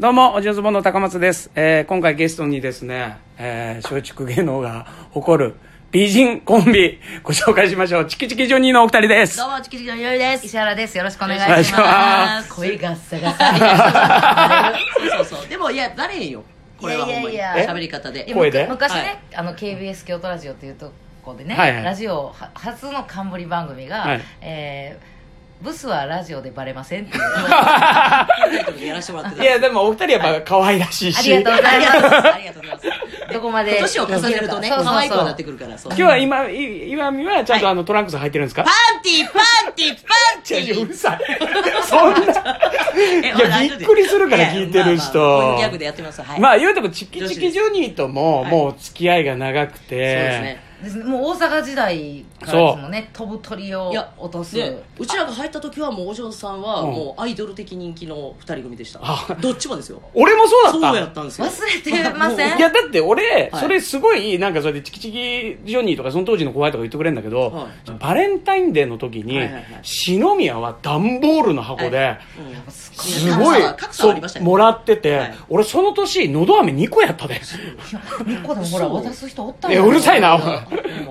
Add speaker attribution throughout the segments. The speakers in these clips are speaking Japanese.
Speaker 1: どうも、おじゅずぼんの高松です。えー今回ゲストにですね、えー、松竹芸能が誇る美人コンビ、ご紹介しましょう。チキチキジョニーのお二人です
Speaker 2: ど。うも、チキチキのゆう です。
Speaker 3: 石原です。よろしくお願い
Speaker 1: お願いし
Speaker 3: し
Speaker 1: ま
Speaker 3: ますす。声がッサガサ。
Speaker 2: そうそうそう。でも、いや、誰よ。これはほんまに。
Speaker 3: いやいやい
Speaker 1: や
Speaker 2: 喋り方で。
Speaker 1: え声で
Speaker 3: 昔
Speaker 2: はい
Speaker 3: ね、あの KBS 京都ラジオっていうとこでね、
Speaker 1: はいはい
Speaker 3: ラジオは初の冠番組が、
Speaker 1: はい
Speaker 3: えーブスはラジオでバレません っていう。
Speaker 2: タイトルやらせてもらって
Speaker 1: いや、でもお二人はやっぱ可愛らしい
Speaker 3: あ
Speaker 1: し。
Speaker 3: りがとうございます。
Speaker 2: た。ありがとうございます。ありがとうございます。
Speaker 3: どこまで。
Speaker 2: 年を重ねるとね、
Speaker 3: そうそうそう
Speaker 2: 可愛くはなってくるから、そう。
Speaker 1: 今日は今、い今見はちゃんとあの、トランクス履いてるんですか
Speaker 2: パンティパンティパン
Speaker 1: いや
Speaker 2: テ
Speaker 1: いやう
Speaker 2: ィ
Speaker 1: るさい。そんな。
Speaker 2: え
Speaker 1: いやびっくりするから聞いてる人
Speaker 2: まあまあこういうギャグでやってます。はい。
Speaker 1: まあ言うても、チキチキジョニーとも、
Speaker 2: はい
Speaker 1: もう付き合いが長く
Speaker 2: そうです
Speaker 1: て
Speaker 2: ね。。
Speaker 3: ですねもう大阪時代からですもんね、飛ぶ鳥を
Speaker 2: いや、
Speaker 3: 落とす。
Speaker 2: でうちらが入った時はもうお嬢さんは
Speaker 1: うん
Speaker 2: もうアイドル的人気の二人組でした
Speaker 1: あ
Speaker 2: どっちもですよ
Speaker 1: 俺もそうだっ
Speaker 2: そう
Speaker 1: た。
Speaker 2: やったんですよ
Speaker 3: 忘れてませ ん
Speaker 1: いやだって俺、
Speaker 2: はい
Speaker 1: それすごいなんかそれでチキチキジョニーとかその当時の後輩とか言ってくれるんだけど、
Speaker 2: はい
Speaker 1: バレンタインデーの時に、
Speaker 2: はいはいはい
Speaker 1: 篠宮は段ボールの箱で、
Speaker 2: うん
Speaker 1: す ごい
Speaker 2: 格差は格差はありました
Speaker 1: そう
Speaker 2: よ
Speaker 1: もらってて、
Speaker 2: はい
Speaker 1: 俺その年のど飴2個やったで
Speaker 3: 2個でもほ
Speaker 2: そ
Speaker 3: ら、
Speaker 2: う
Speaker 3: 渡す人おった
Speaker 1: えうるさいなお前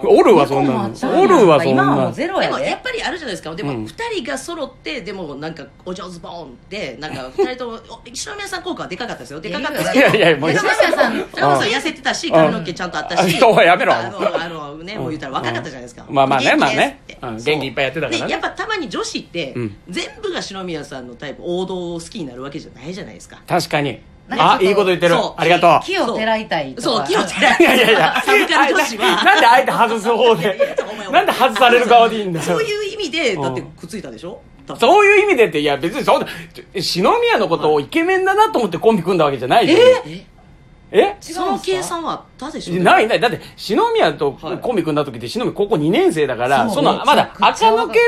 Speaker 1: おるわそんなのおるわそん
Speaker 3: 今はも
Speaker 1: な
Speaker 3: うゼロ
Speaker 2: で
Speaker 3: や
Speaker 2: も
Speaker 3: で。
Speaker 2: やっぱりあるじゃないですかでも
Speaker 1: うん
Speaker 2: 2人が揃って、でもなんかお上手ボーンってな んか2人ともお篠宮さん効果はでかかったですよでかかったです
Speaker 1: い
Speaker 2: けど
Speaker 1: やいやもういい
Speaker 3: 篠宮さん
Speaker 2: それこそ痩せてたし髪の毛ちゃんと あったし
Speaker 1: うんあやめろ
Speaker 2: あのあのねもう言ったら若かったじゃないですか、
Speaker 1: まあまあねまあね、うん
Speaker 2: 元気ですって
Speaker 1: 元気いっぱいやってたから
Speaker 2: でやっ
Speaker 1: ね
Speaker 2: ぱたまに女子って、
Speaker 1: うん
Speaker 2: 全部が篠宮さんのタイプ王道を好きになるわけじゃないじゃないですか
Speaker 1: 確かに
Speaker 3: なんかちょ
Speaker 1: あ
Speaker 3: っと
Speaker 1: いいこと言ってる
Speaker 2: そう
Speaker 1: ありがとう
Speaker 3: 木を照らいたいとか。
Speaker 2: そう気をつ けない
Speaker 1: いやいやいや
Speaker 2: サブカル女子は
Speaker 1: なんであえて外す方 で
Speaker 2: お前お前
Speaker 1: なんで外される側でいいんだよ
Speaker 2: そういう意味でだって
Speaker 1: うん
Speaker 2: くっついたでしょだって
Speaker 1: そういう意味でって、いや別にそうだ、ち篠宮のことをイケメンだなと思ってコンビ組んだわけじゃないじゃん。
Speaker 2: え
Speaker 1: え
Speaker 3: 違うんすか
Speaker 2: その計算はあったでしょ
Speaker 1: ないない。だって、篠宮とコンビ組んだ時って、篠宮高校2年生だから、
Speaker 3: そう
Speaker 1: その、まだ、
Speaker 3: めちゃくちゃ
Speaker 1: 垢抜ける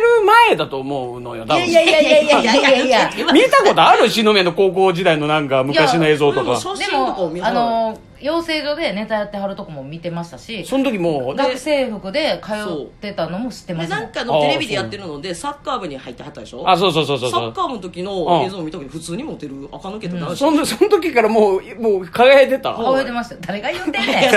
Speaker 1: 前だと思うのよ、多分。
Speaker 3: いやいやいやいやいやいやいや。
Speaker 1: 見たことある篠宮の高校時代のなんか、昔の映像と
Speaker 2: いや
Speaker 1: か
Speaker 2: 俺。も
Speaker 3: で
Speaker 2: 写真とかを見
Speaker 3: も、
Speaker 2: な
Speaker 3: あ
Speaker 2: がら
Speaker 3: の、養成所でネタやってはるとこも見てましたし、
Speaker 1: その時もう、
Speaker 3: 学生服で通ってたのも知ってま
Speaker 2: です
Speaker 3: もん
Speaker 2: なんかのテレビでやってるのでサッカー部に入ってはったでしょ
Speaker 1: あ、そうそうそうそう
Speaker 2: サ
Speaker 1: そ
Speaker 2: ッ
Speaker 1: う。
Speaker 2: カー部の時の映像を見た時普通にモテる垢抜けた男子、
Speaker 1: その、その時からもう、もう輝いてた。
Speaker 3: 覚えてましたよ誰が言うてんね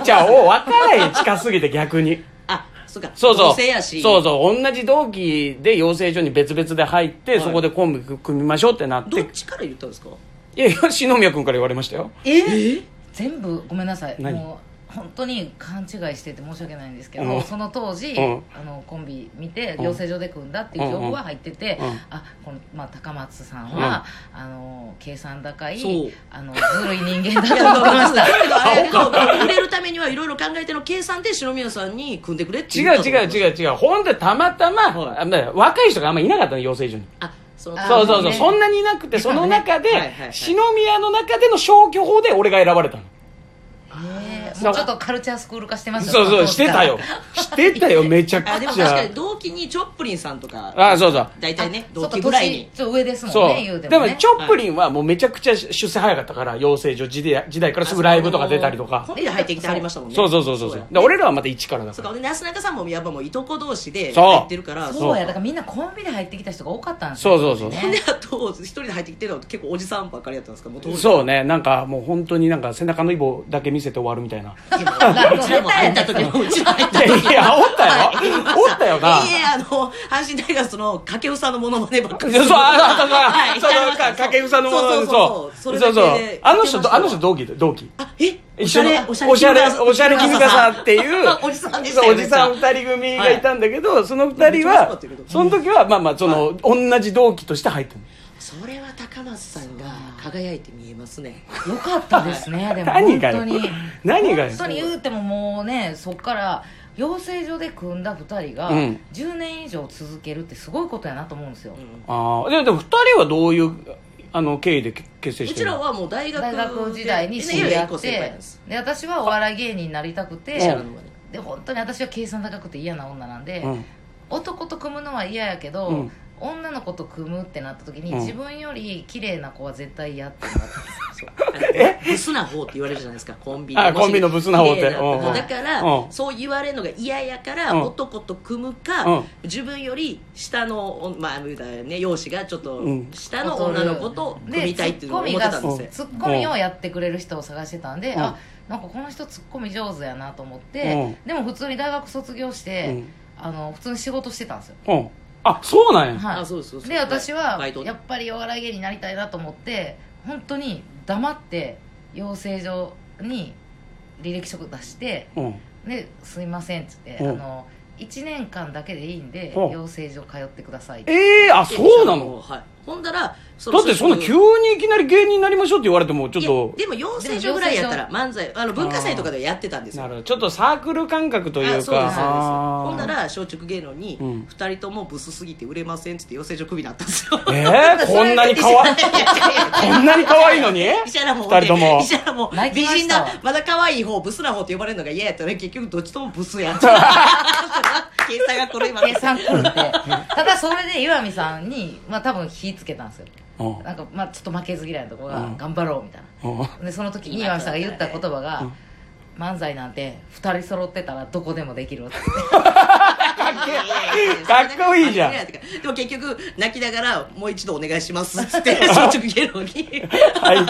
Speaker 3: ん。
Speaker 1: じゃあ、お、若い近すぎて逆に。
Speaker 2: あそうか
Speaker 1: そうそう。
Speaker 2: 同性やし
Speaker 1: そうそう。同じ同期で養成所に別々で入って、
Speaker 2: はい
Speaker 1: そこでコンビ組みましょうってなっ
Speaker 2: ど
Speaker 1: て
Speaker 2: っ。ちから言ったんですか
Speaker 1: いやいや、篠宮君から言われましたよ。
Speaker 3: え 全部ごめんなさい
Speaker 1: 何
Speaker 3: もう本当に勘違いしてて申し訳ないんですけど、
Speaker 1: うん
Speaker 3: その当時、
Speaker 1: うん
Speaker 3: あのコンビ見て
Speaker 1: うん
Speaker 3: 養成所で組んだっていう情報は入ってて、
Speaker 1: うんうん
Speaker 3: あこの、まあ、高松さんは、あの計算高
Speaker 2: そう
Speaker 3: いあのずるい人間だ
Speaker 2: いや
Speaker 3: と思ってまし
Speaker 2: だけど
Speaker 3: た
Speaker 2: あれだけど売れるためにはいろいろ考えての計算で篠宮さんに組んでくれって
Speaker 1: 違う
Speaker 2: 言ったと思
Speaker 1: 違う
Speaker 2: う
Speaker 1: 違う違う。ほんで、たまたま、
Speaker 2: はい
Speaker 1: あまあ若い人があんまいなかったの、養成所に。
Speaker 2: あその
Speaker 3: あー
Speaker 1: そうそうそう。
Speaker 3: ね
Speaker 1: そんなにいなくて、その中で
Speaker 2: はいはいは、い
Speaker 1: 篠宮の中での消去法で俺が選ばれたの。
Speaker 3: えーもうちょっとカルチャースクール化してました
Speaker 1: そう
Speaker 3: よ
Speaker 1: そう、してたよ。してた よ、めちゃく
Speaker 2: あでも
Speaker 1: ち
Speaker 2: 確か
Speaker 1: ゃ
Speaker 2: に。同期にチョップリンさんとか
Speaker 1: あ、そうそう。
Speaker 2: 大体ね
Speaker 3: あ
Speaker 2: 同期ぐらいに
Speaker 3: ちょっと年ちょっと上ですもん
Speaker 1: そ
Speaker 3: ね言う
Speaker 1: う。
Speaker 3: て
Speaker 1: で
Speaker 3: も
Speaker 1: も
Speaker 3: ね、
Speaker 1: チョップリンはもうめちゃくちゃ出世早かったから、養成所時代時代からすぐライブとか出たりとか
Speaker 2: コ。ンビで入ってきてはりましたもんね
Speaker 1: そうそうそうそうそ
Speaker 2: そ
Speaker 1: うう
Speaker 2: や。
Speaker 1: で、俺らはまた一からだ
Speaker 2: そ
Speaker 1: か。
Speaker 2: うからでなすなかさんもやっぱもういとこ同士で
Speaker 1: そう
Speaker 2: 入ってるから
Speaker 3: そうやだからみんなコンビで入ってきた人が多かったんです
Speaker 1: そ
Speaker 3: よ
Speaker 1: うそうそう。
Speaker 2: であと一人で入ってきてるのは結構おじさんばっかりやったんですかもう当時
Speaker 1: そうね、なんかもう本当になんか背中のイボだけ見せて終わるみたいな。
Speaker 2: いやもううちらも入った時もうちら入った
Speaker 1: いや
Speaker 2: 時
Speaker 1: いや、おったよおったよな。
Speaker 2: いえいえあの阪神タイガースの掛布さんのモノマネばっか
Speaker 1: い
Speaker 2: り
Speaker 1: やそう、あ、
Speaker 2: は
Speaker 1: あ、
Speaker 2: い
Speaker 1: そう、そう、
Speaker 2: は
Speaker 1: か、
Speaker 2: い
Speaker 1: かけぐさのもの
Speaker 2: そうそうそう
Speaker 1: そう
Speaker 2: れだ
Speaker 1: そ
Speaker 2: け
Speaker 1: う
Speaker 2: で。
Speaker 1: あの人
Speaker 2: いけ
Speaker 1: と、
Speaker 2: ました
Speaker 1: あの人同期で、同期。
Speaker 2: あえ
Speaker 1: 一緒の、
Speaker 2: お
Speaker 1: お
Speaker 2: し
Speaker 1: し
Speaker 2: ゃれ
Speaker 1: ゃれ、おしゃれ君がさんっていう
Speaker 2: 、おじさんでした
Speaker 1: そう
Speaker 2: よ
Speaker 1: おじさん
Speaker 2: めっちゃ
Speaker 1: 二人組がいたんだけど、その二人
Speaker 2: めっちゃ面白か
Speaker 1: は
Speaker 2: ったけど、
Speaker 1: その時は、まあまあ、その、同じ同期として入ってる。
Speaker 2: それは高松さんが輝いて見えますね
Speaker 3: よかったですね、でも
Speaker 1: 何
Speaker 3: 本
Speaker 1: がよ
Speaker 3: 当に
Speaker 1: 何がよ
Speaker 3: 本当に言うてももうねそっから養成所で組んだ2人が
Speaker 1: うん
Speaker 3: 10年以上続けるってすごいことやなと思うんですよ、
Speaker 1: ああ、でも、でも二人はどういう、あの、経緯で結成
Speaker 2: う
Speaker 1: して
Speaker 2: ち
Speaker 1: る
Speaker 2: ら
Speaker 1: の
Speaker 2: はもう大学
Speaker 3: 大学時代に知
Speaker 2: い
Speaker 3: り
Speaker 2: や
Speaker 3: 合
Speaker 2: いや一個
Speaker 3: っ
Speaker 2: 先輩なん
Speaker 3: て
Speaker 2: です
Speaker 3: で私はお笑い芸人になりたくて
Speaker 1: 石
Speaker 2: 石
Speaker 1: 原
Speaker 2: 原
Speaker 1: の
Speaker 2: の
Speaker 3: で本当に私は計算高くて嫌な女なんで、
Speaker 1: うん
Speaker 3: 男と組むのは嫌やけど、
Speaker 1: うん
Speaker 3: 女の子と組むってなった時に、
Speaker 1: うん
Speaker 3: 自分より綺麗な子は絶対嫌ってなったんです
Speaker 2: そうえブスな方って言われるじゃないですかコンビニ
Speaker 1: あコンビのブスな方って
Speaker 2: 綺麗な
Speaker 1: うん
Speaker 2: だから、
Speaker 1: うん
Speaker 2: そう言われるのが嫌やから、
Speaker 1: うん
Speaker 2: 男と組むか、
Speaker 1: うん
Speaker 2: 自分より下のおまあ言うたらね容姿がちょっと
Speaker 1: うん
Speaker 2: 下の女の子と組みたいっていうのを思ってたんですよ
Speaker 1: で
Speaker 3: ツッコミをやってくれる人を探してたんで、
Speaker 1: うん
Speaker 3: あなんかこの人ツッコミ上手やなと思って、でも普通に大学卒業して、
Speaker 1: うん
Speaker 3: あの普通に仕事してたんですよ、
Speaker 1: うんあそうなんや、
Speaker 3: はい、
Speaker 2: あそうそうそう
Speaker 3: で私は
Speaker 2: バイト
Speaker 3: やっぱりお笑い芸人になりたいなと思って本当に黙って養成所に履歴書出して
Speaker 1: うん
Speaker 3: で「すいません」っつって、
Speaker 1: うん
Speaker 3: あの1年間だけでいいんで、
Speaker 1: うん
Speaker 3: 養成所通ってくださいって
Speaker 1: ええあそうなの
Speaker 2: はいほんだら
Speaker 1: だってそんな急にいきなり芸人になりましょうって言われてもちょっと
Speaker 2: いやでも養成所ぐらいやったら漫才あの文化祭とかでやってたんですよ
Speaker 1: なるほどちょっとサークル感覚というか
Speaker 2: あそうですそうです
Speaker 1: あー
Speaker 2: ほんなら松竹芸能に
Speaker 1: うん
Speaker 2: 2人ともブスすぎて売れませんっつって養成所クビになったんですよ
Speaker 1: えー、こんなに可 愛いこんなに可愛いのに
Speaker 2: 石原も
Speaker 1: 二人とも
Speaker 2: 石原も
Speaker 3: 泣
Speaker 2: 美
Speaker 3: きま
Speaker 2: 人
Speaker 3: したわ
Speaker 2: なまだ可愛い方ブスな方って呼ばれるのが嫌やったら結局どっちともブ スやん計算がこれ今の
Speaker 3: 計算来るってただそれで岩見さんに、まあ、多分火つけたんですよ
Speaker 1: うん
Speaker 3: なんか、まあ、ちょっと負けず嫌いのとこが
Speaker 1: うん
Speaker 3: 「頑張ろう」みたい
Speaker 1: うん
Speaker 3: なでその時に岩見さんが言った言葉が「漫才なんて2人揃ってたらどこでもで きる」って
Speaker 1: かっこいいじゃん
Speaker 2: でも結局泣きながらもう一度お願いしますっつって 松竹芸能に
Speaker 1: 入って、
Speaker 3: はい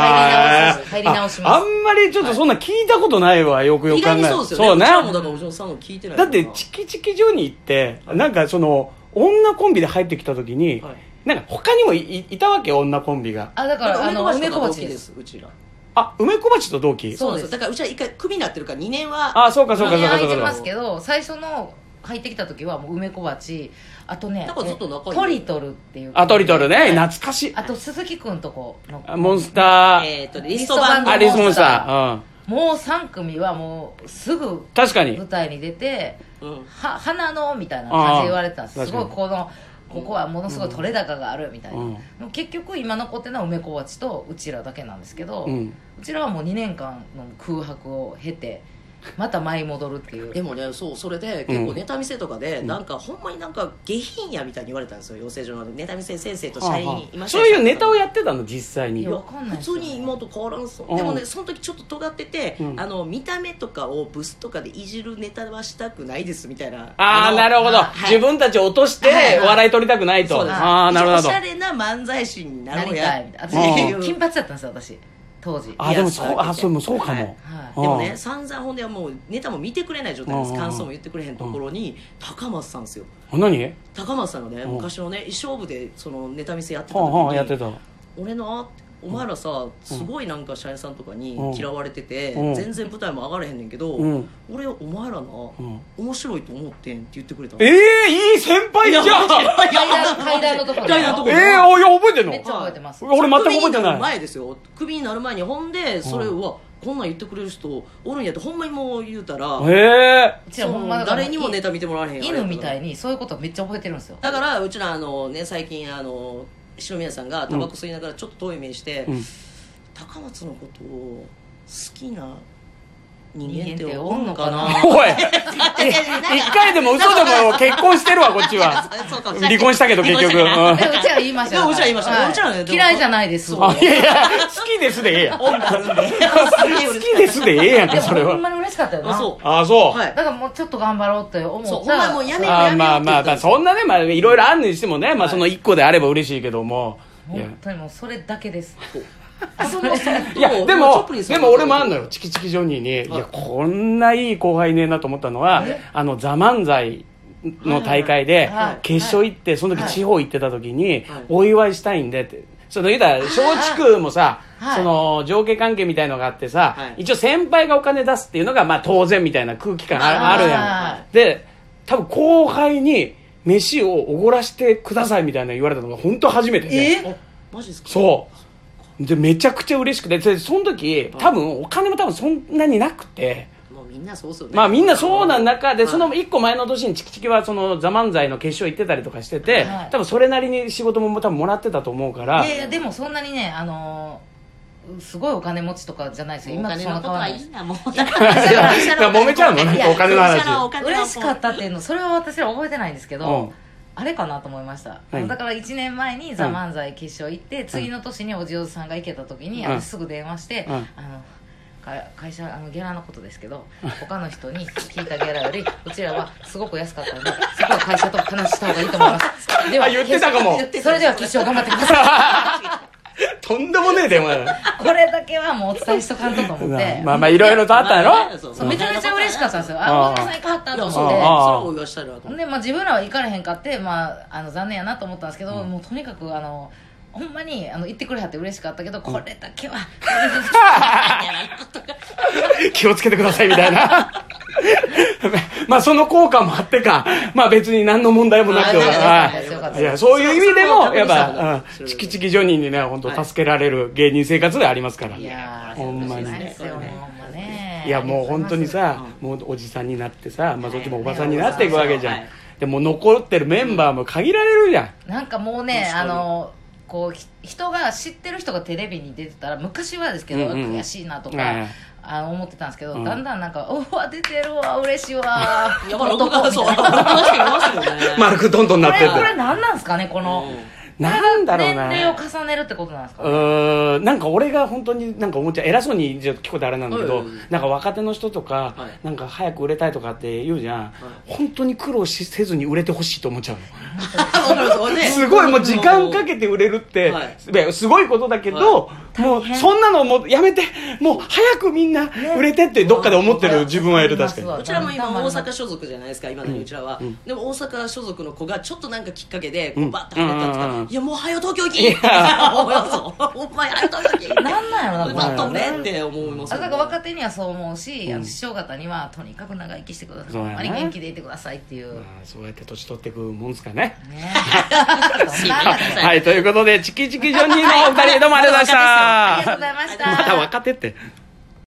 Speaker 1: あー
Speaker 3: 入り直します
Speaker 1: ああんまりちょっとそんな聞いたことないわ、よくよ
Speaker 2: 意
Speaker 1: く考え
Speaker 2: 外にそうですよねうちらも
Speaker 1: ね。
Speaker 2: だからお嬢さんの聞いてない
Speaker 1: だ
Speaker 2: も
Speaker 1: っ
Speaker 2: ん
Speaker 1: て、
Speaker 2: な
Speaker 1: チキチキジョニーって、なんかその、女コンビで入ってきた時に、
Speaker 2: はい
Speaker 1: なんか他にもいいいたわけ、女コンビが。
Speaker 3: あだからあの
Speaker 2: 梅
Speaker 3: 梅
Speaker 2: 小鉢と
Speaker 3: 小鉢
Speaker 2: か同期
Speaker 3: で
Speaker 2: ですすうちら
Speaker 1: あ、梅小鉢と同期
Speaker 3: そうです
Speaker 2: だからうちら一回クビになってるから2年は
Speaker 1: あ、そうかそうかそうか
Speaker 3: 入
Speaker 1: そう
Speaker 3: って
Speaker 1: か。
Speaker 3: ますけど最初の入ってきた時はもう梅小鉢あとね
Speaker 2: だからずっと仲いい
Speaker 3: トリトルっていう
Speaker 1: あ、トリトルね、
Speaker 3: はい
Speaker 1: 懐かしい。
Speaker 3: あと鈴木くんとこの
Speaker 1: あモンスター、
Speaker 2: えっとリストバンド
Speaker 1: ア
Speaker 3: あ
Speaker 1: リ
Speaker 3: リ
Speaker 1: ス
Speaker 3: ス
Speaker 1: モ
Speaker 3: モ
Speaker 1: ン
Speaker 3: ン
Speaker 1: ス
Speaker 3: ス
Speaker 1: タ
Speaker 3: ター
Speaker 1: ー。うん。
Speaker 3: もう3組はもうすぐ
Speaker 1: 確かに
Speaker 3: 舞。台に出て
Speaker 2: うん
Speaker 3: は花のみたいな感じで言われてたんです
Speaker 1: あー
Speaker 3: すごい
Speaker 1: 確
Speaker 3: このここはものすごい取れ高があるみたいな、
Speaker 1: うん
Speaker 3: でも結局今残ってるのは梅小鉢とうちらだけなんですけど、
Speaker 1: う
Speaker 3: うんちらはもう2年間の空白を経てまた舞い戻るっていう
Speaker 2: でもねそうそれで結構ネタ見せとかで、なんかほんまになんか下品やみたいに言われたんですよ養成所のネタ見せ先生と社員いまし
Speaker 1: そ
Speaker 2: たよ
Speaker 1: ういうネタをやってたの、実際に
Speaker 3: い。やわかんないですよ
Speaker 2: 普通
Speaker 3: ね
Speaker 2: に妹変わらんそう
Speaker 1: うん
Speaker 2: でもねその時ちょっと尖ってて、
Speaker 1: うん
Speaker 2: あの見た目とかをブスとかでいじるネタはしたくないですみたいな
Speaker 1: ああ、
Speaker 2: の
Speaker 1: なるほど、
Speaker 2: はい
Speaker 1: 自分たちを落として
Speaker 3: はいはい
Speaker 1: 笑い取りたくないと。
Speaker 2: そうです
Speaker 1: ああ、なるほ
Speaker 2: 一応
Speaker 1: ど
Speaker 2: おし。ゃれな漫才師にな
Speaker 3: な
Speaker 2: ろ
Speaker 3: り
Speaker 2: う
Speaker 3: た
Speaker 2: や
Speaker 3: いみたいな
Speaker 1: あ
Speaker 3: 私
Speaker 1: ー
Speaker 3: 金髪だったんですよ私当時
Speaker 1: あ、でもそ、
Speaker 2: いうや
Speaker 1: あ、そう、もうそうかも。
Speaker 3: はい
Speaker 1: うん
Speaker 2: でもね、散々ほんではもうネタも見てくれない状態で
Speaker 1: う
Speaker 2: す
Speaker 1: んうんうん
Speaker 2: 感想も言ってくれへんところに高松さんですよ
Speaker 1: あ何
Speaker 2: 高松さんがね
Speaker 1: うん
Speaker 2: 昔のね衣装部でそのネタ見せやってた
Speaker 1: はあ、はあ、やっ
Speaker 2: 時
Speaker 1: て
Speaker 2: に
Speaker 1: た。
Speaker 2: 俺なお前らさすごいなんか社員さんとかに
Speaker 1: うん
Speaker 2: 嫌われてて
Speaker 1: うん
Speaker 2: 全然舞台も上がれへんねんけど
Speaker 1: うん
Speaker 2: 俺お前らな
Speaker 1: うん
Speaker 2: 面白いと思ってんって言ってくれた
Speaker 1: ええいい先輩じゃん
Speaker 2: いや
Speaker 3: 階段階段のところ
Speaker 2: 階段のとこ
Speaker 1: え
Speaker 2: ろ
Speaker 1: えー、あ、いや、覚えてん
Speaker 3: めっち
Speaker 1: の
Speaker 3: ゃ覚えてます
Speaker 1: 俺全く覚えて
Speaker 2: クビになる
Speaker 1: ない。
Speaker 2: 前ですよクビになる前にほんでそれはこんなん言ってくれる人おるんやってほんまにもう言うたら
Speaker 1: ええ
Speaker 3: うち
Speaker 2: そ
Speaker 3: らほんま
Speaker 2: の
Speaker 3: だから
Speaker 2: 誰にもネタ見てもらわれへん
Speaker 3: 犬みたい
Speaker 2: に
Speaker 3: にそういうことめっちゃ覚えてる んですよ
Speaker 2: だからうちらあのね最近あの篠宮さんがタバコ吸いながらちょっと遠い目して、
Speaker 1: うん
Speaker 2: 高松のことを好きな人間っ
Speaker 3: 人間ってて
Speaker 2: お
Speaker 3: お
Speaker 2: ん
Speaker 3: ん
Speaker 2: の
Speaker 3: の
Speaker 2: か
Speaker 3: か
Speaker 2: な
Speaker 3: な
Speaker 1: おい、
Speaker 2: いやいやなんか
Speaker 1: 一回でも嘘でも結婚してるわ、こっちは。
Speaker 2: そうかもしれない
Speaker 1: 離婚したけど、結局。う
Speaker 2: 離
Speaker 1: ん
Speaker 2: 婚
Speaker 1: あ
Speaker 2: した
Speaker 3: でうちら言いましたよ
Speaker 2: でうちら言いましたうちらねでも
Speaker 3: 嫌いじゃないです
Speaker 2: そう
Speaker 1: いやいや、好きですでええやん。
Speaker 2: 恩があるんで
Speaker 1: 好きですでええやん か、
Speaker 3: でも
Speaker 1: それ
Speaker 3: ほ
Speaker 1: は
Speaker 3: ん。まに嬉しかったよ
Speaker 2: あ
Speaker 3: な
Speaker 2: そう
Speaker 1: あ、そう。
Speaker 2: はい
Speaker 3: だからもうちょっと頑張ろうって思った
Speaker 2: そうほんまにもうやめよう
Speaker 1: あ
Speaker 2: や
Speaker 1: ー
Speaker 2: め
Speaker 1: ま
Speaker 2: よ
Speaker 1: あ
Speaker 2: うって
Speaker 1: ま
Speaker 2: 言
Speaker 1: あ
Speaker 2: っ
Speaker 1: まあ
Speaker 2: たんですよ
Speaker 1: そんなねまあいろいろあんにしてもね、まあその一個であれば嬉しいけども、いや
Speaker 3: 本当にもうそれだけです
Speaker 2: そう浅野さんと
Speaker 1: いやで
Speaker 2: チョッ
Speaker 1: も
Speaker 2: プリンさん
Speaker 1: で
Speaker 2: の
Speaker 1: も俺もあんのよチキチキジョニーに、い、
Speaker 2: はい
Speaker 1: やこんないい後輩ねえなと思ったのはあの「ザ漫才の大会で
Speaker 3: はいはい
Speaker 1: 決勝行ってその時地方行ってた時に
Speaker 2: はい
Speaker 1: お祝いしたいんでってその言うたら松竹もさ
Speaker 3: はい
Speaker 1: その上下関係みたいのがあってさ、
Speaker 2: はい
Speaker 1: 一応先輩がお金出すっていうのがまあ当然みたいな空気感ああるやん
Speaker 3: は
Speaker 1: で多分後輩に飯をおごらしてくださいみたいな言われたのが本当初めてで、
Speaker 2: あマジですか
Speaker 1: そうでめちゃくちゃ嬉しくてでその時多分お金も多分そんなになくて
Speaker 2: もうみんなそうっすよね
Speaker 1: まあみんなそうな中で
Speaker 2: はい
Speaker 1: その1個前の年にチキチキはその「ザ漫才の決勝行ってたりとかしてて
Speaker 3: はい
Speaker 1: 多分それなりに仕事も多分もらってたと思うから
Speaker 3: いやいやでもそんなにねあのーすごいお金持ちとかじゃないですよ
Speaker 2: お
Speaker 3: 今
Speaker 2: 金
Speaker 3: そん
Speaker 2: の
Speaker 3: な
Speaker 2: こと
Speaker 3: 変わら
Speaker 2: は
Speaker 3: ない
Speaker 2: い
Speaker 3: い
Speaker 2: んだもん
Speaker 1: だから揉めちゃうのなんかお金の話
Speaker 2: いやお金の
Speaker 3: 嬉しかったっていうのそれは私ら覚えてないんですけど、
Speaker 1: うん
Speaker 3: あれかなと思いました、
Speaker 1: 何
Speaker 3: だから1年前に「ザ漫才決勝行って、次の年におじおじさんが行けた時に、
Speaker 1: うん
Speaker 3: 私すぐ電話して、
Speaker 1: うん
Speaker 3: あのか会社あのゲラのことですけど他の人に聞いたゲラよりうちらはすごく安かったのでそこは会社と話した方がいいと思いますでは
Speaker 1: あ言ってたかも
Speaker 3: 決勝それでは決勝頑張ってく ださい
Speaker 1: とんでもねえ電話だな
Speaker 3: これだけはもうお伝えしとかんとと思って、
Speaker 1: まあまあいろいろとあったんや
Speaker 2: まあね
Speaker 1: ろ
Speaker 2: そう
Speaker 3: そうめちゃめちゃ嬉しかったんですよ
Speaker 1: あー
Speaker 3: あっ大さん行かはった
Speaker 2: い
Speaker 3: と
Speaker 2: や
Speaker 3: 思
Speaker 2: そう
Speaker 3: っ
Speaker 2: ねそ
Speaker 3: て
Speaker 2: れ
Speaker 1: あー
Speaker 2: はお祝いしたいなと思って
Speaker 3: で、まあ、自分らは行かれへんかって、まあ、あの残念やなと思ったんですけど、もうとにかくあのほんまにあの行ってくれはって嬉しかったけどこれだ けは、
Speaker 1: 気をつけてくださいみたいな まあその効果もあってかまあ別に何の問題もなく
Speaker 3: あ
Speaker 1: は
Speaker 3: そうですそうです
Speaker 1: いいやそういう意味でもやっぱ
Speaker 2: そ
Speaker 1: うん
Speaker 2: れは
Speaker 1: チキチキジョニーにね本当助けられる芸人生活でありますから
Speaker 3: いやー
Speaker 1: ほんまに
Speaker 3: そうですよねほんまね
Speaker 1: いやもう本当にさ、もうおじさんになってさ、まあ、そっちもおばさんになっていくわけじゃん、
Speaker 2: はい
Speaker 1: でも残ってるメンバーも限られるじゃん、
Speaker 3: なんかもうね
Speaker 2: 確か
Speaker 3: あ
Speaker 2: に
Speaker 3: のこうひ人が知ってる人がテレビに出てたら昔はですけど、
Speaker 1: うんうんうん
Speaker 3: 悔しいなとか、
Speaker 1: はい
Speaker 3: あの思ってたんですけど、
Speaker 1: うん
Speaker 3: だんだんなんか「おわ出てるわ嬉しい わ」
Speaker 2: やっぱ録画そう
Speaker 3: こ
Speaker 2: 確かにいますよね
Speaker 1: マルクどんどんな
Speaker 3: れ
Speaker 1: っ
Speaker 3: こ
Speaker 1: てって
Speaker 3: れ何なんですかねこの、
Speaker 1: なんだろうな
Speaker 3: 年齢を重ねるってことなんですか、
Speaker 1: うーんなんか俺が本当になんか思っちゃう偉そうにちょっと聞こえてあれなんだけど、
Speaker 2: はいはいはい
Speaker 1: なんか若手の人とか、
Speaker 2: はい
Speaker 1: なんか早く売れたいとかって言うじゃん、本当に苦労しせずに売れてほしいと思っちゃうの
Speaker 2: わかる そうね
Speaker 1: すごいもう時間かけて売れるって、
Speaker 2: はい
Speaker 1: すすごいことだけど、もうそんなのもうやめてもう早くみんな売れてってどっかで思ってる自分はいる確かに
Speaker 3: わかります
Speaker 2: うちら
Speaker 3: わ
Speaker 2: も今
Speaker 3: 頑張り
Speaker 2: 大
Speaker 3: ます
Speaker 2: 阪所属じゃないですか今のうちらは、でも大阪所属の子がちょっとなんかきっかけで
Speaker 1: う
Speaker 2: こ
Speaker 1: ん
Speaker 2: うバッて跳ねたとか、
Speaker 1: うんうんうん
Speaker 2: いやもう早よ東京行き!」って思いますよ お前早よ東京行き!」
Speaker 3: なんなんやろなこれ
Speaker 2: バッとねって思います
Speaker 3: あ
Speaker 2: よ
Speaker 3: だから若手にはそう思うし、あ
Speaker 1: うん
Speaker 3: の師匠方にはとにかく長生きしてください、
Speaker 1: そうや
Speaker 3: ほん
Speaker 1: ね
Speaker 3: まに元気でいてくださいっていう、
Speaker 1: ま
Speaker 3: ね
Speaker 1: あそうやって年取っていくもんですかね
Speaker 3: えそんな中で
Speaker 1: はいということでチキチキジョニーのお二人どうもありがとうございまし
Speaker 3: ありがとう
Speaker 1: た
Speaker 3: ございました
Speaker 1: また若手って